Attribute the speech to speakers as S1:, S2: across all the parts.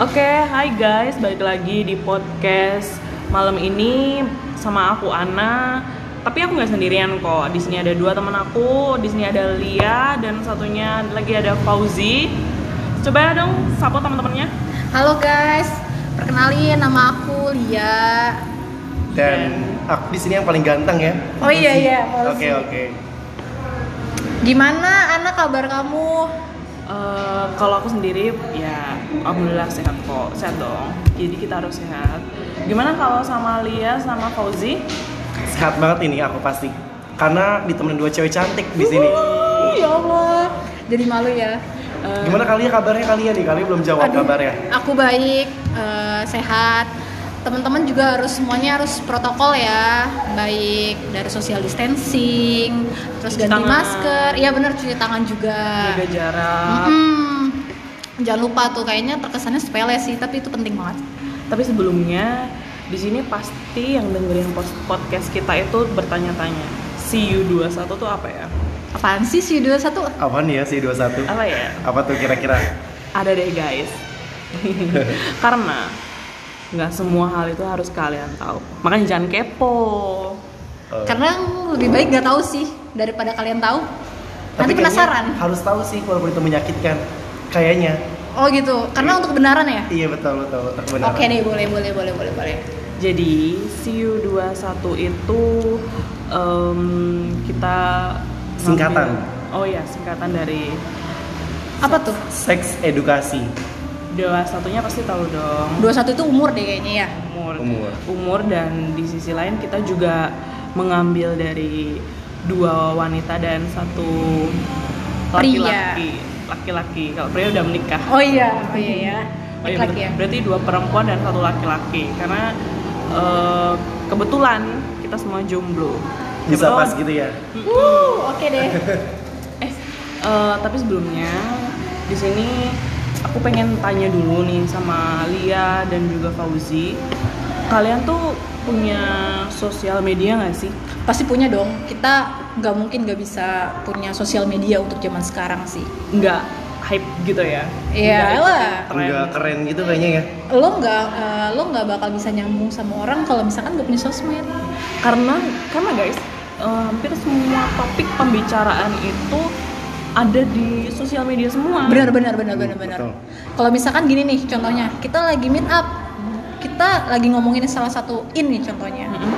S1: Oke, hai guys, balik lagi di podcast malam ini sama aku Ana. Tapi aku nggak sendirian kok. Di sini ada dua teman aku, di sini ada Lia dan satunya lagi ada Fauzi. Coba dong sapa teman-temannya.
S2: Halo guys, perkenalin nama aku Lia.
S1: Dan-
S3: dan aku di sini yang paling ganteng ya.
S2: Iya. Oh iya iya.
S3: Oke oke.
S2: Gimana Ana kabar kamu?
S1: Eh, kalau aku sendiri ya alhamdulillah sehat kok, sehat dong. Jadi kita harus sehat. Gimana kalau sama Lia sama Fauzi?
S3: Sehat banget ini aku pasti. Karena ditemenin dua cewek cantik di sini.
S2: Wuh, ya Allah, jadi malu ya.
S1: Eh,
S3: Gimana kalian kabarnya kalian nih? Kalian belum jawab
S2: Aduh.
S3: kabarnya.
S2: Aku baik, eh, sehat. Teman-teman juga harus semuanya harus protokol ya, baik dari social distancing, terus
S1: Cuci
S2: ganti
S1: tangan.
S2: masker, iya benar cuci tangan juga.
S1: jaga jarak.
S2: Mm-mm. Jangan lupa tuh kayaknya terkesannya sepele sih, tapi itu penting banget.
S1: Tapi sebelumnya di sini pasti yang dengerin pos- podcast kita itu bertanya-tanya. CU21 tuh apa ya?
S2: Apaan sih si 21?
S3: Apaan ya si 21?
S1: Apa ya?
S3: Apa tuh kira-kira?
S1: Ada deh guys. Karena nggak semua hal itu harus kalian tahu. Makanya jangan kepo.
S3: Eh,
S2: Karena lebih baik nggak tahu sih daripada kalian tahu. nanti
S3: tapi kayaknya
S2: penasaran.
S3: Harus tahu sih walaupun itu menyakitkan. Kayaknya.
S2: Oh gitu. Karena untuk kebenaran ya.
S3: Iya betul betul betul benar.
S2: Oke deh, boleh boleh boleh boleh boleh.
S1: Jadi CU21 itu em, kita
S3: Singkatan.
S1: ngambil- Oh iya, singkatan dari
S2: Apa tuh?
S3: Seks edukasi.
S1: dewasa satunya pasti tahu dong.
S2: 21 itu umur deh kayaknya ya.
S1: umur
S3: Umur.
S1: umur dan di sisi lain kita juga mengambil dari dua wanita dan satu laki-laki laki-laki kalau pria udah menikah
S2: Oh iya, oh iya ya.
S1: Oh iya,
S2: Laki-laki ya.
S1: ber- berarti dua perempuan dan satu laki-laki karena eh, kebetulan kita semua jomblo
S3: Bisa
S1: Kebetulan-
S3: pas gitu ya.
S2: Wuh, oke deh.
S1: Eh, eh, tapi sebelumnya di sini aku pengen tanya dulu nih sama Lia dan juga Fauzi. Kalian tuh punya sosial media nggak sih?
S2: Pasti punya dong. Kita nggak mungkin nggak bisa punya sosial media untuk zaman sekarang sih.
S1: Nggak hype gitu ya?
S2: Iya
S1: Nggak ikutin
S2: lah.
S1: tren.
S3: Enggak keren gitu kayaknya ya.
S2: Lo nggak eh, lo nggak bakal bisa nyambung sama orang kalau misalkan gak punya sosmed.
S1: Karena karena guys, eh, hampir semua topik pembicaraan itu ada di sosial media semua.
S2: benar benar benar benar benar
S3: betul.
S2: kalau misalkan gini nih contohnya kita lagi meet up kita lagi ngomongin salah satu in nih
S3: Hmm.
S2: contohnya
S1: Mm-mm.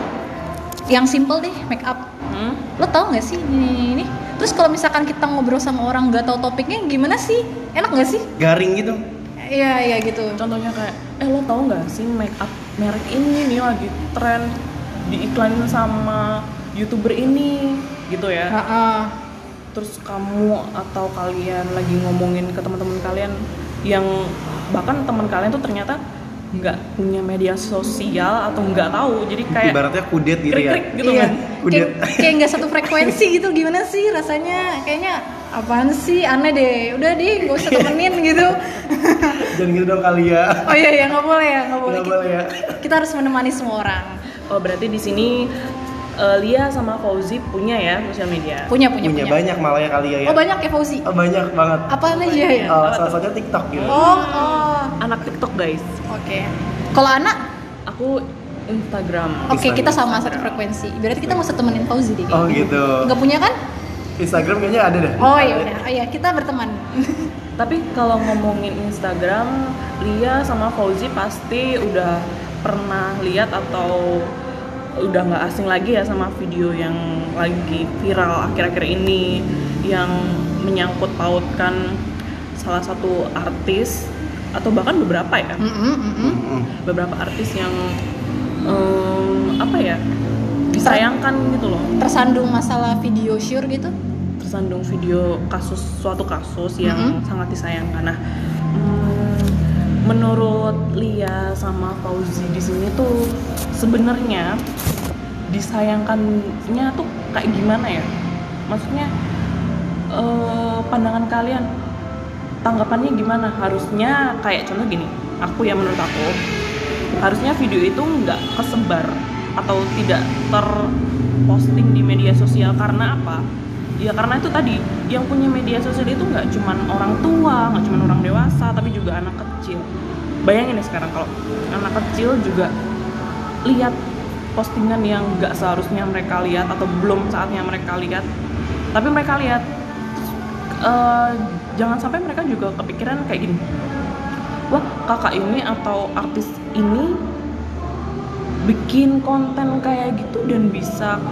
S2: yang simple deh make up
S1: Mm.
S2: lo tau nggak sih ini, ini, ini? terus kalau misalkan kita ngobrol sama orang nggak tahu topiknya gimana sih enak nggak sih
S3: Garing gitu.
S2: iya iya gitu
S1: Contohnya kayak, eh lo tau nggak sih make up merek ini nih lagi tren diiklanin sama youtuber ini gitu ya.
S2: Ha-ha.
S1: Terus kamu atau kalian lagi ngomongin ke teman-teman kalian yang bahkan teman kalian tuh ternyata nggak punya media sosial atau nggak tahu jadi kayak
S3: Ibaratnya kudet gitu ya.
S1: Krik-krik gitu
S2: iya.
S1: kan.
S3: Udah.
S2: Kayak- kayak nggak satu frekuensi gitu gimana sih rasanya kayaknya apaan sih aneh deh udah deh gak usah temenin gitu
S3: Jangan gitu dong kali ya.
S2: oh iya iya nggak boleh ya nggak boleh
S3: Nggak boleh ya.
S2: kita harus menemani semua orang
S1: oh berarti di sini eh, Lia sama Fauzi punya ya sosial media
S2: punya
S3: Punya,
S2: punya punya,
S3: banyak malah ya kali ya. ya.
S2: oh banyak ya Fauzi
S3: Oh, banyak banget.
S2: apaan aja ya
S3: Eh, salah satunya TikTok gitu.
S2: oh oh
S1: anak TikTok guys
S2: oke kalau anak
S1: aku Instagram
S2: oke
S3: Instagram.
S2: kita sama satu frekuensi berarti kita nggak usah temenin Fauzi deh
S3: Oh gitu.
S2: nggak punya kan
S3: Instagram kayaknya ada dah.
S2: oh iya udah oh iya kita berteman
S1: Tapi kalau ngomongin Instagram, Lia sama Fauzi pasti udah pernah lihat atau udah nggak asing lagi ya sama video yang lagi viral akhir-akhir ini yang menyangkut pautkan salah satu artis atau bahkan beberapa ya
S2: Mm-mm, mm-mm.
S3: Mm-mm.
S1: beberapa artis yang em, apa ya disayangkan gitu loh
S2: tersandung masalah video sure gitu
S1: tersandung video kasus suatu kasus yang
S2: Mhm.
S1: sangat disayangkan. Nah, mm, menurut Lia sama Fauzi di sini tuh sebenarnya disayangkannya tuh kayak gimana ya? Maksudnya eh, pandangan kalian tanggapannya gimana? Harusnya kayak contoh gini, aku ya menurut aku harusnya video itu nggak kesebar atau tidak terposting di media sosial karena apa? Ya karena itu tadi yang punya media sosial itu nggak cuman orang tua, nggak cuman orang dewasa, tapi juga anak kecil. bayangin nih sekarang kalau anak kecil juga lihat postingan yang nggak seharusnya mereka lihat atau belum saatnya mereka lihat tapi mereka lihat Terus, eh, jangan sampai mereka juga kepikiran kayak gini wah kakak ini atau artis ini bikin konten kayak gitu dan bisa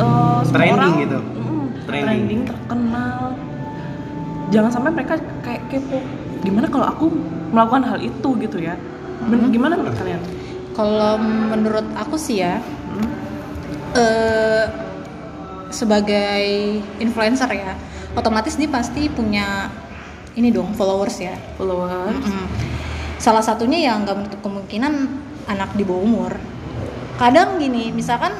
S1: eh, semua
S3: Trending
S1: orang-
S3: gitu.
S1: Mm,
S3: Trending.
S1: trending terkenal jangan sampai mereka kayak kepo gimana kalau aku melakukan hal itu gitu ya Ben- gimana menurut kalian
S2: Kalau menurut aku sih ya,
S1: Hmm?
S2: eh, sebagai influencer ya, otomatis dia pasti punya ini dong followers ya.
S1: followers
S2: Mm-mm. Salah satunya yang nggak menutup kemungkinan anak di bawah umur. Kadang gini, misalkan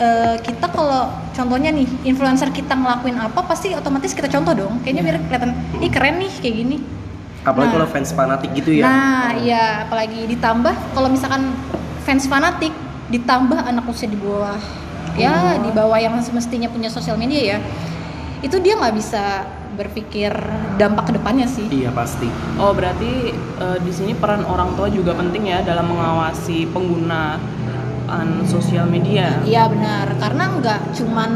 S2: eh, kita kalau contohnya nih influencer kita ngelakuin apa pasti otomatis kita contoh dong. Kayaknya biar kelihatan, ih keren nih kayak gini. Nah.
S3: apalagi kalau fans fanatik gitu ya
S2: Nah, iya apalagi ditambah kalau misalkan fans fanatik ditambah anak usia di bawah ya di bawah yang semestinya punya sosial media ya. Itu dia nggak bisa berpikir dampak kedepannya sih.
S3: iya pasti
S1: oh berarti eh, di sini peran orang tua juga penting ya dalam mengawasi penggunaan sosial media
S2: Iya benar, karena nggak cuman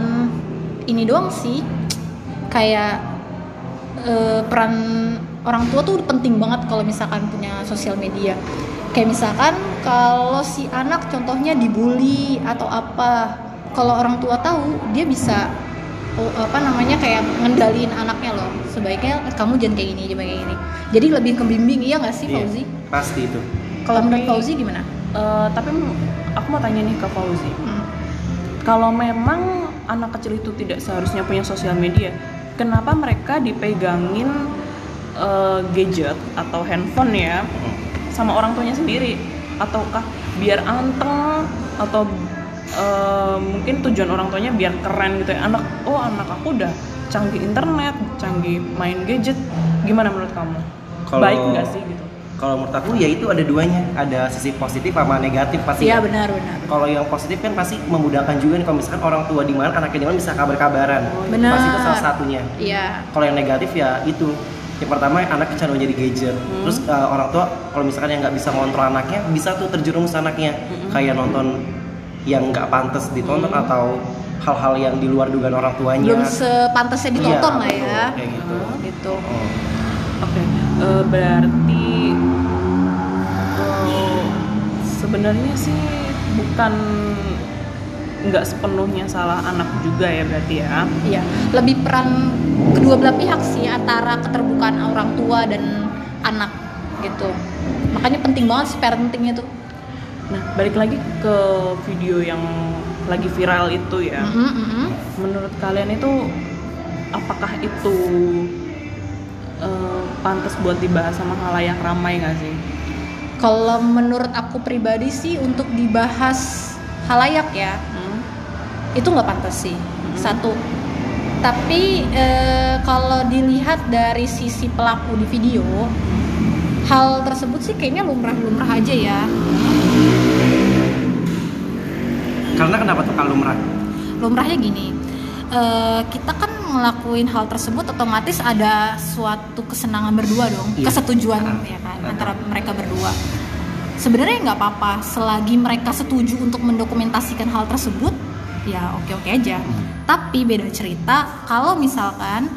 S2: ini doang sih, kayak eh, peran orang tua tuh penting banget kalau misalkan punya sosial media. Kayak misalkan kalau si anak contohnya dibully atau apa, kalau orang tua tahu dia bisa oh, apa namanya kayak ngendaliin anaknya loh. Sebaiknya "Eh, kamu jangan kayak gini, jangan kayak gini. Jadi lebih ke bimbing iya nggak sih
S3: Iya,
S2: Fauzi?
S3: pasti itu
S2: Kalau
S1: Tapi-
S2: menurut Fauzi gimana?
S1: Eh, tapi m- aku mau tanya nih ke Fauzi
S2: Hmm.
S1: kalau memang anak kecil itu tidak seharusnya punya sosial media, kenapa mereka dipegangin eh, gadget atau handphone ya sama orang tuanya sendiri? Ataukah biar anteng atau eh, mungkin tujuan orang tuanya biar keren gitu ya? Anak, oh anak aku udah canggih internet, canggih main gadget. Gimana menurut kamu?
S3: Kalau-
S1: Baik nggak sih gitu?
S3: kalau menurut aku ya itu ada duanya ada sisi positif sama negatif pasti
S2: Iya
S3: ya.
S2: benar benar.
S3: kalau yang positif kan pasti memudahkan juga nih kalau misalkan orang tua di mana anaknya di mana bisa kabar-kabaran
S2: Benar.
S3: pasti itu salah satunya
S2: Iya.
S3: kalau yang negatif ya itu yang pertama anak kecanduan jadi gadget
S2: Hmm.
S3: terus eh, orang tua kalau misalkan yang nggak bisa ngontrol anaknya bisa tuh terjerumus anaknya
S2: Hmm.
S3: kayak nonton yang nggak pantas ditonton atau hal-hal yang di luar dugaan orang tuanya
S2: belum sepantasnya
S3: Iya,
S2: ditonton lah
S3: betul,
S2: ya
S3: kayak gitu
S2: gitu
S3: Oh.
S1: Oke, eh, berarti eh, sebenarnya sih bukan nggak sepenuhnya salah anak juga ya berarti ya.
S2: iya lebih peran kedua belah pihak sih antara keterbukaan orang tua dan anak gitu makanya penting banget sih parentingnya tuh
S1: Nah, balik lagi ke video yang lagi viral itu ya.
S2: Mhm, mhm.
S1: Menurut kalian itu apakah itu eh, pantas buat dibahas sama halayak ramai nggak sih?
S2: kalau menurut aku pribadi sih untuk dibahas halayak ya
S1: Hmm?
S2: itu nggak pantas sih satu tapi eh, kalau dilihat dari sisi pelaku di video hal tersebut sih kayaknya lumrah-lumrah aja ya
S3: karena kenapa tuh kalau lumrah
S2: lumrahnya gini eh, kita kan ngelakuin hal tersebut otomatis ada suatu kesenangan berdua dong
S3: Iya.
S2: kesetujuan
S3: Ah.
S2: ya kan
S3: Ah.
S2: antara mereka berdua sebenarnya nggak apa-apa selagi mereka setuju untuk mendokumentasikan hal tersebut ya oke oke aja tapi beda cerita kalau misalkan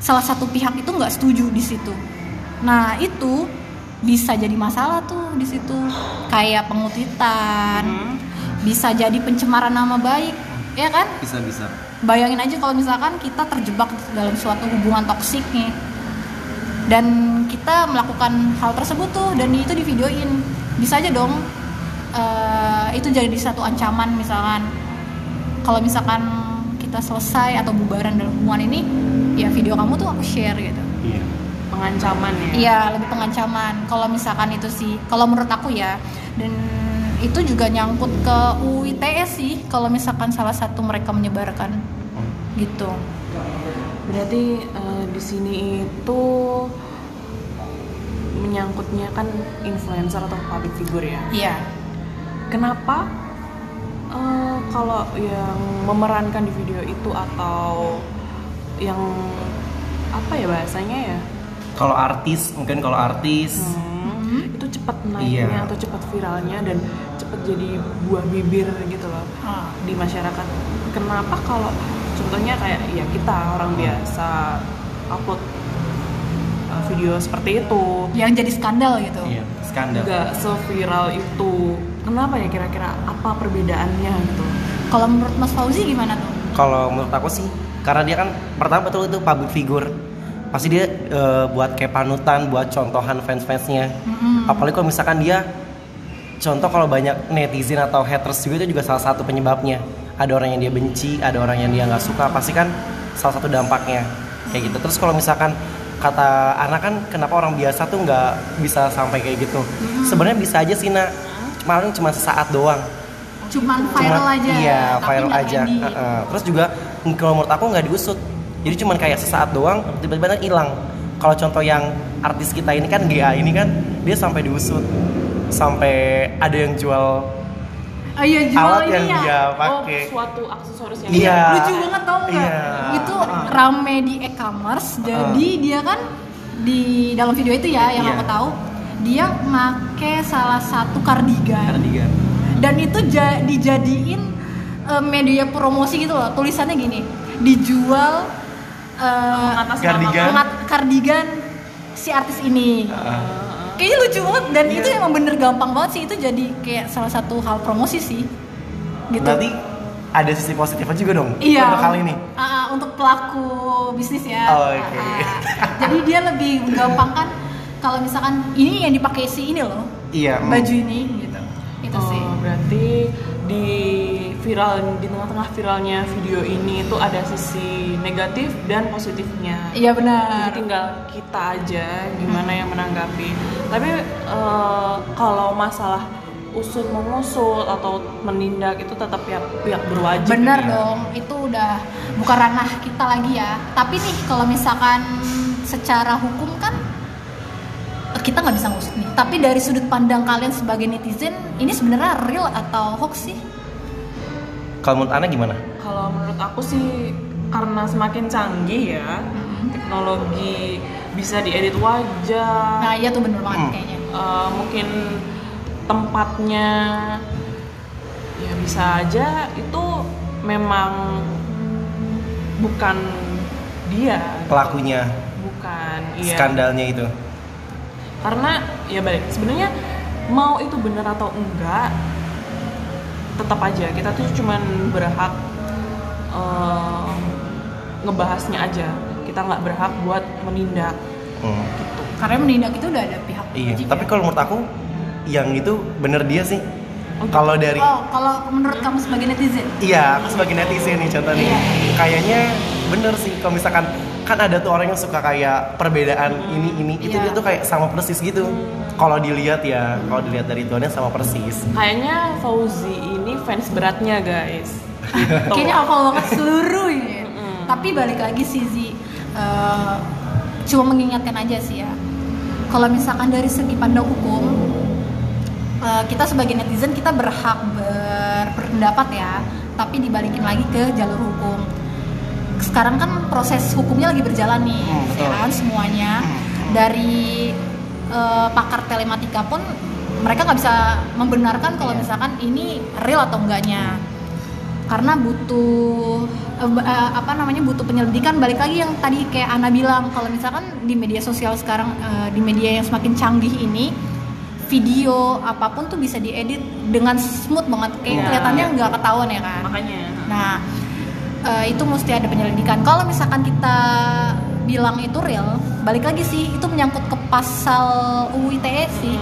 S2: salah satu pihak itu nggak setuju di situ nah itu bisa jadi masalah tuh di situ kayak pengutitan
S1: Hmm?
S2: bisa jadi pencemaran nama baik ya kan
S3: bisa bisa
S2: bayangin aja kalau misalkan kita terjebak dalam suatu hubungan toksik nih dan kita melakukan hal tersebut tuh dan itu di videoin bisa aja dong eh, itu jadi satu ancaman misalkan kalau misalkan kita selesai atau bubaran dalam hubungan ini ya video kamu tuh aku share gitu
S3: iya
S1: Pengancaman ya.
S2: Iya, lebih pengancaman. Kalau misalkan itu sih, kalau menurut aku ya, dan itu juga nyangkut ke UITE sih, kalau misalkan salah satu mereka menyebarkan gitu.
S1: Berarti eh, di sini itu menyangkutnya kan influencer atau public figure ya.
S2: Iya.
S1: Kenapa eh, kalau yang memerankan di video itu atau yang apa ya bahasanya ya?
S3: kalau artis mungkin kalau artis
S1: Hmm, cepat naiknya
S3: Iya.
S1: atau cepat viralnya dan cepat jadi buah bibir gitu loh
S2: Ah.
S1: di masyarakat. Kenapa kalau contohnya kayak ya kita orang biasa upload uh, video seperti itu
S2: yang jadi skandal gitu
S3: Iya, skandal.
S1: nggak seviral itu. Kenapa ya kira-kira apa perbedaannya gitu?
S2: kalau menurut Mas Fauzi gimana tuh
S3: Kalau menurut aku sih, karena dia kan pertama betul itu public figure, pasti dia eh, buat kayak panutan, buat contohan fans-fansnya.
S2: Mm-mm.
S3: Apalagi kalau misalkan dia, contoh kalau banyak netizen atau haters juga itu juga salah satu penyebabnya. Ada orang yang dia benci, ada orang yang dia nggak suka, pasti kan salah satu dampaknya kayak gitu. Terus kalau misalkan kata anak kan kenapa orang biasa tuh nggak bisa sampai kayak gitu? Sebenarnya bisa aja sih nak, Cuma- cuma sesaat doang
S2: cuman
S3: cuma
S2: viral aja
S3: iya
S2: tapi
S3: viral
S2: nggak
S3: aja
S2: trending.
S3: Heeh. terus juga mm, kalau menurut aku nggak diusut jadi cuman kayak sesaat doang tiba-tiba kan hilang kalau contoh yang artis kita ini kan GA ini kan dia sampai diusut sampai ada yang jual
S2: Oh, iya jual ini
S3: alat yang
S2: ya
S3: dia
S1: Oh,
S3: pakai
S1: suatu aksesoris yang
S3: Iya.
S2: lucu banget tau nggak
S3: Iya. Ah.
S2: itu rame di e-commerce jadi dia kan di dalam video itu ya yang
S3: Iya.
S2: aku tahu dia make salah satu kardigan
S3: Cardigan.
S2: dan itu ja- dijadiin eh, media promosi gitu loh tulisannya gini dijual eh,
S1: atas
S3: Cardigan.
S1: nama-
S2: mengat kardigan si artis ini
S3: Heeh.
S2: kayaknya lucu banget dan
S3: Iya.
S2: itu emang bener gampang banget sih itu jadi kayak salah satu hal promosi sih gitu
S3: berarti ada sisi positifnya juga dong
S2: Iya.
S3: untuk kali ini
S2: Ah, ah, untuk pelaku bisnis ya.
S3: Oh, oke.
S2: Ah, ah. jadi dia lebih gampang kan kalau misalkan ini yang dipakai si ini loh,
S3: iya mm.
S2: baju ini gitu. Itu
S1: Oh,
S2: sih.
S1: berarti di viral di tengah-tengah viralnya video ini itu ada sisi negatif dan positifnya.
S2: Iya benar.
S1: Jadi tinggal kita aja gimana yang menanggapi. Tapi eh, kalau masalah usul mengusul atau menindak itu tetap pihak pihak berwajib.
S2: Benar
S1: ya.
S2: dong, itu udah bukan ranah kita lagi ya. Tapi nih kalau misalkan secara hukum kan kita nggak bisa ngusut nih. Tapi dari sudut pandang kalian sebagai netizen, ini sebenarnya real atau hoax sih?
S3: kalau menurut Ana gimana
S1: Kalau menurut aku sih karena semakin canggih ya teknologi bisa diedit wajah.
S2: Nah, iya tuh bener banget
S3: Hmm.
S2: kayaknya.
S1: Eh, mungkin tempatnya ya bisa aja itu memang bukan dia
S3: pelakunya
S1: bukan iya
S3: skandalnya itu
S1: karena ya balik sebenarnya mau itu bener atau enggak tetap aja kita tuh cuman berhak eh, ngebahasnya aja kita nggak berhak buat menindak
S3: Mm.
S2: Karena menindak itu udah ada pihak
S3: Iya,
S2: berwajib
S3: tapi
S2: ya.
S3: kalau menurut aku yang itu bener dia sih.
S1: Untuk-
S3: Kalau dari
S2: Oh, kalau menurut kamu sebagai netizen?
S3: iya, aku sebagai netizen nih contoh nih.
S2: Iya.
S3: Kayaknya bener sih kalau misalkan kan ada tuh orang yang suka kayak perbedaan ini ini itu
S2: Iya.
S3: dia tuh kayak sama persis gitu. Kalau dilihat ya, kalau dilihat dari tuannya sama persis.
S1: kayaknya Fauzi ini fans beratnya guys Tuh.
S2: Kayaknya hafal banget seluruh ini.
S1: Iya. Mm-mm.
S2: Tapi balik lagi sih Zi, eh, cuma mengingatkan aja sih ya. Kalau misalkan dari segi pandang hukum, eh, kita sebagai netizen kita berhak berpendapat ya, tapi dibalikin lagi ke jalur hukum. Sekarang kan proses hukumnya lagi berjalan nih,
S3: Hmm,
S2: ya
S3: betul.
S2: kan semuanya dari eh, pakar telematika pun mereka nggak bisa membenarkan kalau misalkan ini real atau enggaknya karena butuh eh, ba- eh, apa namanya butuh penyelidikan balik lagi yang tadi kayak Ana bilang kalau misalkan di media sosial sekarang eh, di media yang semakin canggih ini video apapun tuh bisa diedit dengan smooth banget kayak
S1: Iya.
S2: kelihatannya nggak ketahuan ya kan
S1: makanya
S2: Nah, eh, itu mesti ada penyelidikan. Kalau misalkan kita bilang itu real, balik lagi sih itu menyangkut ke pasal UU ITE E sih.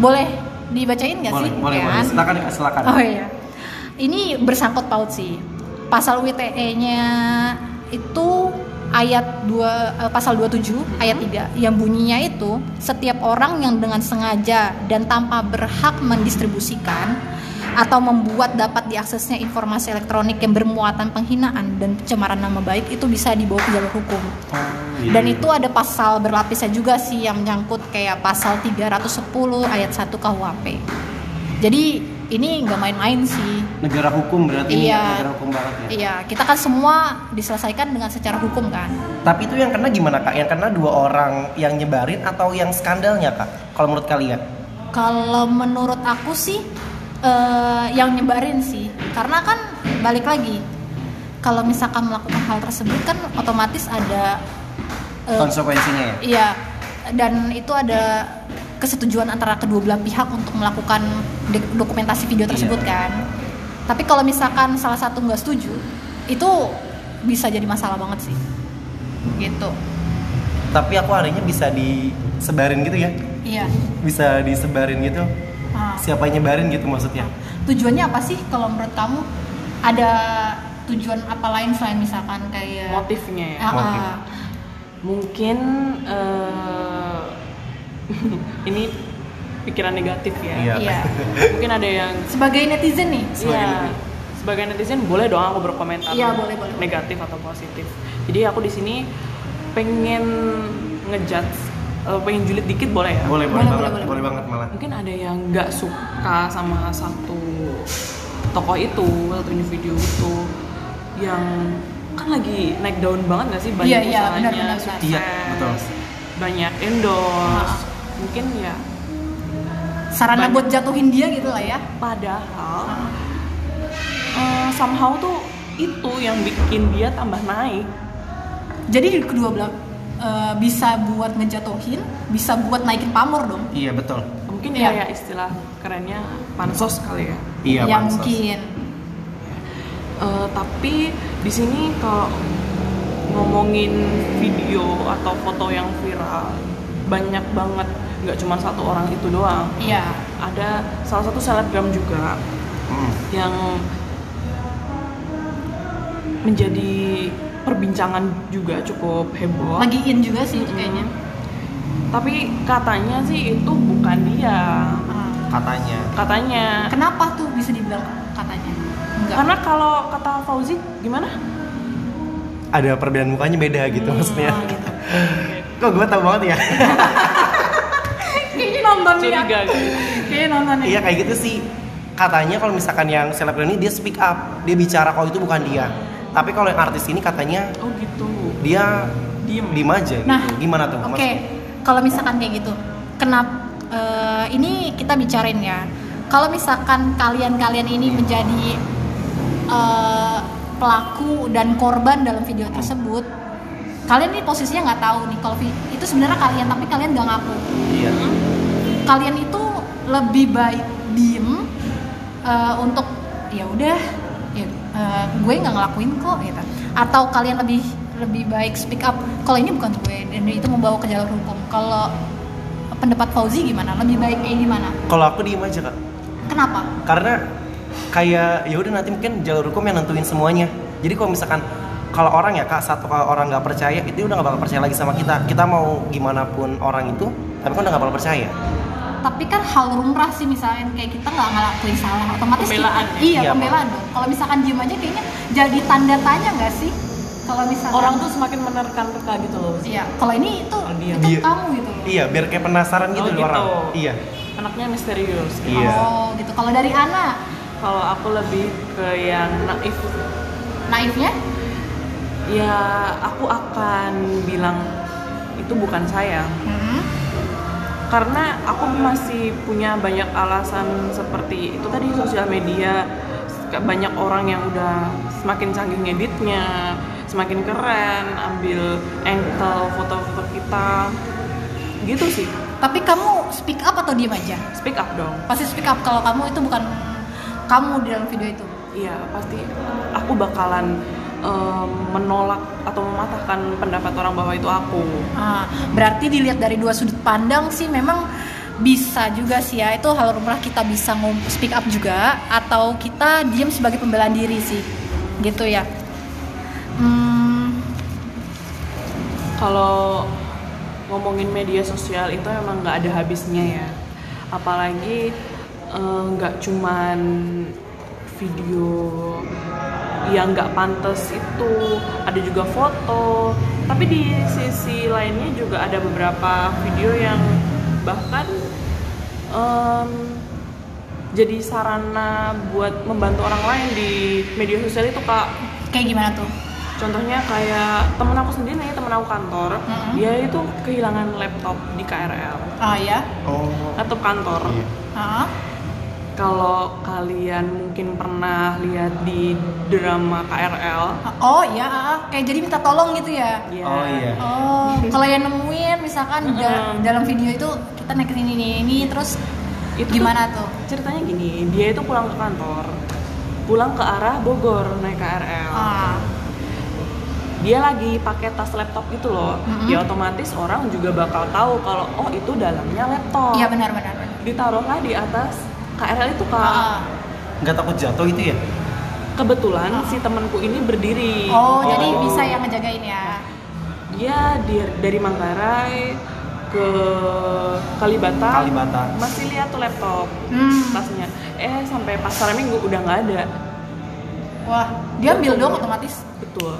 S2: Boleh dibacain nggak sih? Kan?
S3: Silakan, Kak, silakan.
S2: Oh iya. Ini bersangkut paut sih. Pasal UITE-nya itu ayat 2 eh, pasal 27 ayat 3 yang bunyinya itu setiap orang yang dengan sengaja dan tanpa berhak mendistribusikan atau membuat dapat diaksesnya informasi elektronik yang bermuatan penghinaan dan pencemaran nama baik itu bisa dibawa ke jalur hukum.
S3: Iya.
S2: Dan itu ada pasal berlapisnya juga sih yang menyangkut kayak pasal 310 ayat 1 KUHP. Jadi ini nggak main-main sih.
S3: negara hukum berarti ini,
S2: Iya.
S3: negara hukum banget ya.
S2: Iya, kita kan semua diselesaikan dengan secara hukum kan.
S3: Tapi itu yang kena gimana kak? Yang kena dua orang yang nyebarin atau yang skandalnya kak? Kalau menurut kalian?
S2: Kalau menurut aku sih eh, yang nyebarin sih, karena kan balik lagi kalau misalkan melakukan hal tersebut kan otomatis ada eh,
S3: konsekuensinya ya
S2: Iya, dan itu ada kesetujuan antara kedua belah pihak untuk melakukan de- dokumentasi video tersebut
S3: Iya.
S2: kan. Tapi kalau misalkan salah satu nggak setuju, itu bisa jadi masalah banget sih. Gitu.
S3: tapi aku harinya bisa disebarin gitu ya
S2: Iya.
S3: bisa disebarin gitu
S2: Ah,
S3: siapa yang nyebarin gitu maksudnya
S2: Tujuannya apa sih kalau menurut kamu? Ada tujuan apa lain selain misalkan kayak
S1: motifnya ya
S2: Ah, ah.
S3: Motif.
S1: mungkin eh, ini pikiran negatif ya
S3: Iya.
S2: Iya.
S1: mungkin ada yang
S2: Sebagai netizen nih.
S3: Sebagai
S1: Iya.
S3: netizen.
S1: sebagai netizen boleh dong aku berkomentar
S2: Iya, boleh, boleh.
S1: negatif atau positif jadi aku di sini pengen ngejudge eh, pengen julid dikit boleh ya
S3: boleh
S2: Boleh,
S3: boleh, banget
S2: boleh,
S3: boleh,
S2: boleh.
S3: banget malah
S1: mungkin ada yang nggak suka sama satu tokoh itu satu individu itu yang kan lagi naik daun banget nggak sih banyak
S2: Iya, iya,
S1: usahanya
S2: benar, benar, benar.
S1: sukses
S3: Iya, betul.
S1: banyak endorse
S2: Ah.
S1: mungkin ya
S2: Sarana
S1: Banyak.
S2: buat jatuhin dia gitu lah ya.
S1: padahal eh, somehow tuh itu yang bikin dia tambah naik
S2: Jadi kedua belah eh, bisa buat ngejatuhin, bisa buat naikin pamor dong.
S3: iya betul
S1: mungkin
S2: Iya.
S1: ya, ya istilah kerennya pansos kali ya
S3: iya
S2: ya
S3: pansos.
S2: mungkin.
S1: Eh, tapi di sini kalau ngomongin video atau foto yang viral banyak banget nggak cuma satu orang itu doang
S2: Iya.
S1: ada salah satu selebgram juga
S3: Hmm.
S1: yang menjadi perbincangan juga cukup heboh
S2: Lagi in juga sih itu kayaknya.
S1: tapi katanya sih itu bukan dia
S2: Ah.
S3: katanya
S1: katanya
S2: Kenapa tuh bisa dibilang katanya? Enggak.
S1: karena kalau kata Fauzi gimana
S3: ada perbedaan mukanya beda gitu maksudnya
S2: Ah, gitu.
S3: kok gue tau banget ya
S2: kayaknya nonton nih.
S1: curiga ya. gitu.
S2: Kayaknya nonton nih.
S3: iya kayak gitu sih katanya kalau misalkan yang selebgram ini dia speak up dia bicara kalau itu bukan dia tapi kalau yang artis ini katanya
S1: oh gitu
S3: dia
S1: diem
S3: diem aja gitu
S2: Nah,
S3: gimana tuh
S2: Oke,
S3: Maksudnya?
S2: kalau misalkan kayak gitu, kenapa ini kita bicarain ya? Kalau misalkan kalian-kalian
S3: Iya.
S2: ini menjadi eh, pelaku dan korban dalam video tersebut, kalian ini posisinya nggak tahu nih kalau vi- itu sebenarnya kalian, tapi kalian nggak ngaku.
S3: iya
S2: Hmm? Kalian itu lebih baik diem eh, untuk ya udah, ya, eh, gue nggak ngelakuin kok gitu. Atau kalian lebih lebih baik speak up. Kalau ini bukan gue dan itu membawa ke jalur hukum. Kalau pendapat Fauzi gimana? Lebih baik kayak gimana?
S3: kalau aku diem aja kak
S2: Kenapa?
S3: karena kayak ya udah nanti mungkin jalur hukum yang nentuin semuanya jadi kalau misalkan kalau orang ya kak satu kalau orang nggak percaya itu udah nggak bakal percaya lagi sama kita kita mau gimana pun orang itu tapi kan udah nggak bakal percaya
S2: Tapi kan hal lumrah sih misalnya kayak kita nggak ngelakuin salah otomatis
S1: Pembelaan
S2: kita-
S1: ya?
S2: iya
S3: Iya,
S2: pembelaan dong. Kalau misalkan diem aja kayaknya jadi tanda tanya nggak sih? Kalau misalkan
S1: orang tuh semakin menerka-nerka gitu loh
S2: iya kalau ini itu
S1: Kalau diem.
S2: itu
S3: Iya.
S2: kamu gitu loh.
S3: iya biar kayak penasaran gitu
S1: Oh,
S3: loh orang
S1: gitu.
S3: iya
S1: anaknya misterius
S3: Iya.
S2: Oh gitu. Kalau dari Ana
S1: kalau aku lebih ke yang naif
S2: naifnya
S1: ya aku akan bilang itu bukan saya
S2: hmm.
S1: karena aku masih punya banyak alasan seperti itu tadi sosial media Kayak banyak orang yang udah semakin canggih ngeditnya semakin keren ambil angle foto-foto kita gitu sih
S2: Tapi kamu speak up atau diem aja?
S1: speak up dong
S2: Pasti speak up kalau kamu itu bukan kamu di dalam video itu.
S1: Iya pasti aku bakalan em, menolak atau mematahkan pendapat orang bahwa itu aku.
S2: Ah, berarti dilihat dari dua sudut pandang sih memang bisa juga sih ya itu hal lumrah kita bisa ngom- speak up juga atau kita diem sebagai pembelaan diri sih gitu ya hmm,
S1: Kalau ngomongin media sosial itu emang nggak ada habisnya ya. Apalagi eh, nggak cuman video yang nggak pantas itu, ada juga foto. Tapi di sisi lainnya juga ada beberapa video yang bahkan em, jadi sarana buat membantu orang lain di media sosial itu kak
S2: kayak gimana tuh
S1: Contohnya kayak temen aku sendiri nih, temen aku kantor,
S2: Mm-mm.
S1: dia itu kehilangan laptop di KRL,
S2: ah ya
S3: Oh.
S1: laptop kantor.
S3: Iya.
S2: ah
S1: Kalau kalian mungkin pernah lihat di drama KRL,
S2: oh ya kayak jadi minta tolong gitu ya
S1: ya
S3: Oh iya.
S2: Oh, kalau yang nemuin misalkan da-
S1: Mm-mm.
S2: dalam video itu kita naik ini ini ini terus
S1: Itu
S2: gimana tuh?
S1: ceritanya gini, dia itu pulang ke kantor, pulang ke arah Bogor naik KRL.
S2: Ah,
S1: Dia lagi pakai tas laptop gitu loh,
S2: Mm-mm.
S1: ya otomatis orang juga bakal tahu kalau oh itu dalamnya laptop.
S2: iya benar benar. benar.
S1: Ditaruhlah di atas KRL itu kak.
S2: Ah.
S3: Nggak takut jatuh itu ya?
S1: Kebetulan si temanku ini berdiri. Iya,
S2: Oh, jadi
S3: Oh.
S2: bisa yang ngejagain ya.
S1: Dia di- dari Manggarai ke Kalibata.
S3: Kalibata.
S1: Masih lihat tuh laptop
S2: Hmm.
S1: tasnya. Eh sampai pasar minggu udah nggak ada.
S2: Wah, dia ambil dong otomatis.
S1: Betul.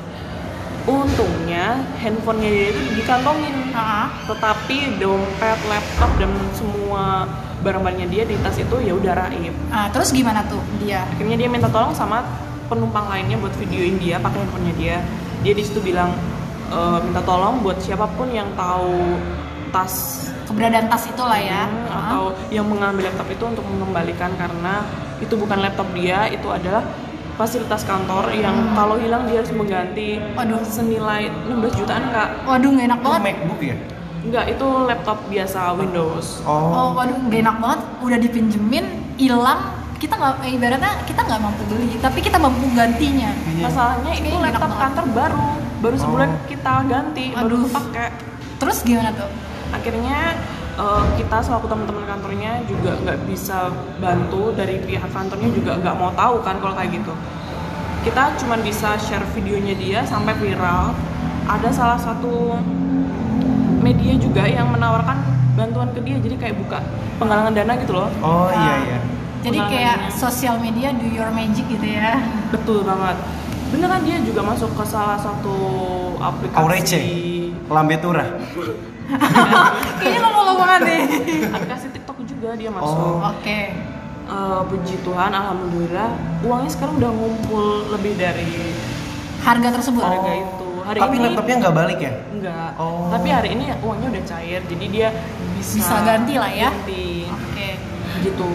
S1: Untungnya handphonenya dia itu dikantongin.
S2: Ah,
S1: Tetapi dompet, laptop dan semua barang-barangnya dia di tas itu ya udah raib.
S2: ah, terus gimana tuh dia?
S1: Akhirnya dia minta tolong sama penumpang lainnya buat videoin dia pakai handphonenya dia. Dia di situ bilang e, minta tolong buat siapapun yang tahu tas
S2: Keberadaan tas itulah ya.
S1: hmm,
S2: Ah.
S1: atau yang mengambil laptop itu untuk mengembalikan karena itu bukan laptop dia, itu adalah fasilitas kantor yang
S2: Hmm.
S1: kalau hilang dia harus mengganti
S2: Waduh.
S1: senilai 16 jutaan kak
S2: Waduh, gak enak
S3: Itu
S2: banget.
S3: MacBook ya?
S1: enggak itu laptop biasa Windows
S2: Oh, waduh, gak enak banget. Udah dipinjemin, hilang. Kita nggak, eh, ibaratnya kita nggak mampu beli, tapi kita mampu gantinya.
S1: masalahnya itu
S2: Ini enak
S1: laptop
S2: banget.
S1: kantor baru baru sebulan
S3: Oh.
S1: kita ganti baru
S2: Aduh.
S1: kepake
S2: Terus gimana tuh?
S1: akhirnya eh, kita selaku teman-teman kantornya juga nggak bisa bantu dari pihak kantornya juga nggak mau tahu kan kalau kayak gitu kita cuma bisa share videonya dia sampai viral ada salah satu media juga yang menawarkan bantuan ke dia jadi kayak buka penggalangan dana gitu loh
S3: Oh iya iya.
S2: Jadi
S1: Undangannya.
S2: kayak sosial media do your magic gitu ya.
S1: betul banget beneran kan, dia juga masuk ke salah satu aplikasi
S3: Aurece. Lambe Turah.
S2: Kayaknya ngomong banget nih.
S1: aplikasi TikTok juga dia masuk
S3: Oh.
S2: Oke.
S1: Eh, puji Tuhan, alhamdulillah uangnya sekarang udah ngumpul lebih dari
S2: Harga tersebut.
S1: harga itu. Hari
S3: Tapi
S1: ini
S3: laptopnya nggak balik ya?
S1: enggak.
S3: Oh.
S1: Tapi hari ini uangnya udah cair, jadi dia bisa
S2: Bisa ganti lah ya.
S1: ganti.
S2: Oke.
S1: gitu.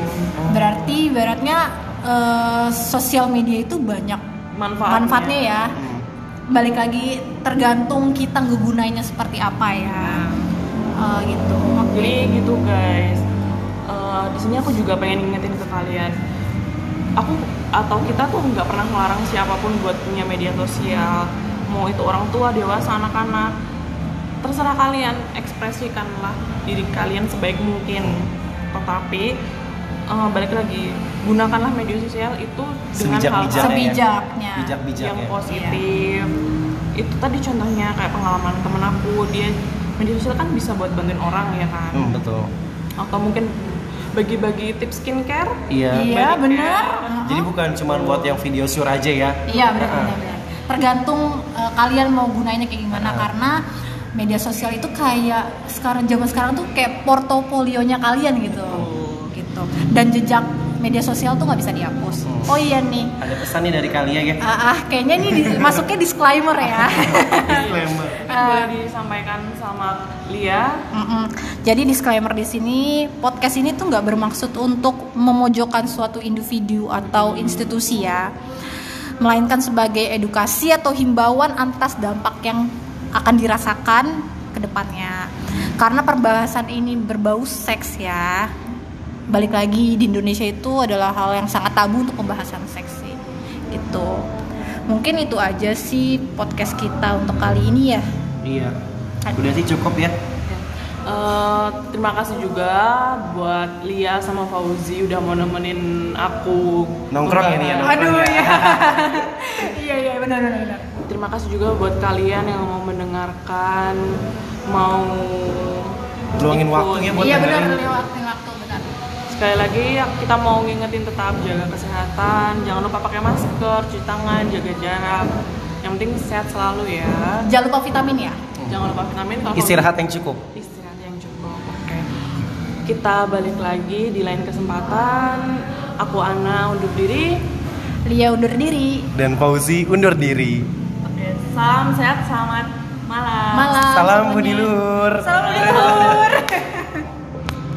S2: Berarti ibaratnya eh, sosial media itu banyak
S1: Manfaatnya.
S2: manfaatnya ya.
S3: Hmm.
S2: Balik lagi tergantung kita ngegunainnya seperti apa ya. Eh, gitu. Oke.
S1: Jadi gitu guys. Eh, di sini aku juga pengen ngingetin ke kalian. Aku atau kita tuh nggak pernah melarang siapapun buat punya media sosial. Mau itu orang tua, dewasa, anak-anak. Terserah kalian, ekspresikanlah diri kalian sebaik mungkin. Tetapi eh, balik lagi, gunakanlah media sosial itu dengan
S3: Sebijak
S1: hal-hal
S3: bijaknya.
S2: Sebijaknya.
S3: Bijak-bijak
S1: yang
S3: ya.
S1: positif itu tadi contohnya kayak pengalaman temen aku dia media sosial kan bisa buat bantuin orang ya kan
S3: Hmm, betul.
S1: atau mungkin bagi-bagi tips skincare
S3: Iya.
S2: Iya,
S1: Medicare.
S2: benar.
S3: Jadi bukan cuma buat yang video syur aja ya.
S2: Iya benar
S3: Ah.
S2: benar, benar. Tergantung eh, kalian mau gunainnya kayak gimana
S3: Ah.
S2: karena media sosial itu kayak sekarang zaman sekarang tuh kayak portofolionya kalian gitu.
S3: Oh.
S2: Gitu. Dan jejak media sosial tuh nggak bisa dihapus.
S3: Hmm.
S2: Oh iya nih.
S3: Ada pesan nih dari kalian ya.
S2: Ah, ah, kayaknya ini di- masuknya disclaimer ya.
S3: Disclaimer.
S1: Mungkin boleh disampaikan sama Lia
S2: Mm-mm. Jadi disclaimer di sini podcast ini tuh nggak bermaksud untuk memojokkan suatu individu atau institusi ya, melainkan sebagai edukasi atau himbauan atas dampak yang akan dirasakan ke depannya. Karena perbahasan ini berbau seks ya. Balik lagi di Indonesia itu adalah hal yang sangat tabu untuk pembahasan seks sih. Gitu. Mungkin itu aja sih podcast kita untuk kali ini ya.
S3: Iya. Udah sih cukup ya.
S1: Eh, terima kasih juga buat Lia sama Fauzi udah mau nemenin aku
S3: Nongkrong ini ya, nongkrong.
S2: Aduh ya. Iya iya benar benar benar.
S1: Terima kasih juga buat kalian yang mau mendengarkan, mau
S3: Luangin
S1: ikut.
S3: waktu ya buat
S2: Iya benar
S3: dengerin.
S2: lewat waktu benar.
S1: Sekali lagi kita mau ngingetin tetap jaga kesehatan, jangan lupa pakai masker, cuci tangan, jaga jarak. Yang penting sehat selalu ya.
S2: Jangan lupa vitamin ya.
S1: Jangan lupa vitamin. kalau-
S3: Hmm. Istirahat yang cukup.
S1: Istirahat yang cukup. Oke. Kita balik lagi di lain kesempatan. Aku Ana undur diri.
S2: Lia undur diri.
S3: Dan Fauzi undur diri.
S1: Oke.
S3: Salam sehat, selamat malam.
S4: malam
S2: Ah,
S1: Salam Budi Luhur.
S3: Salam leluhur.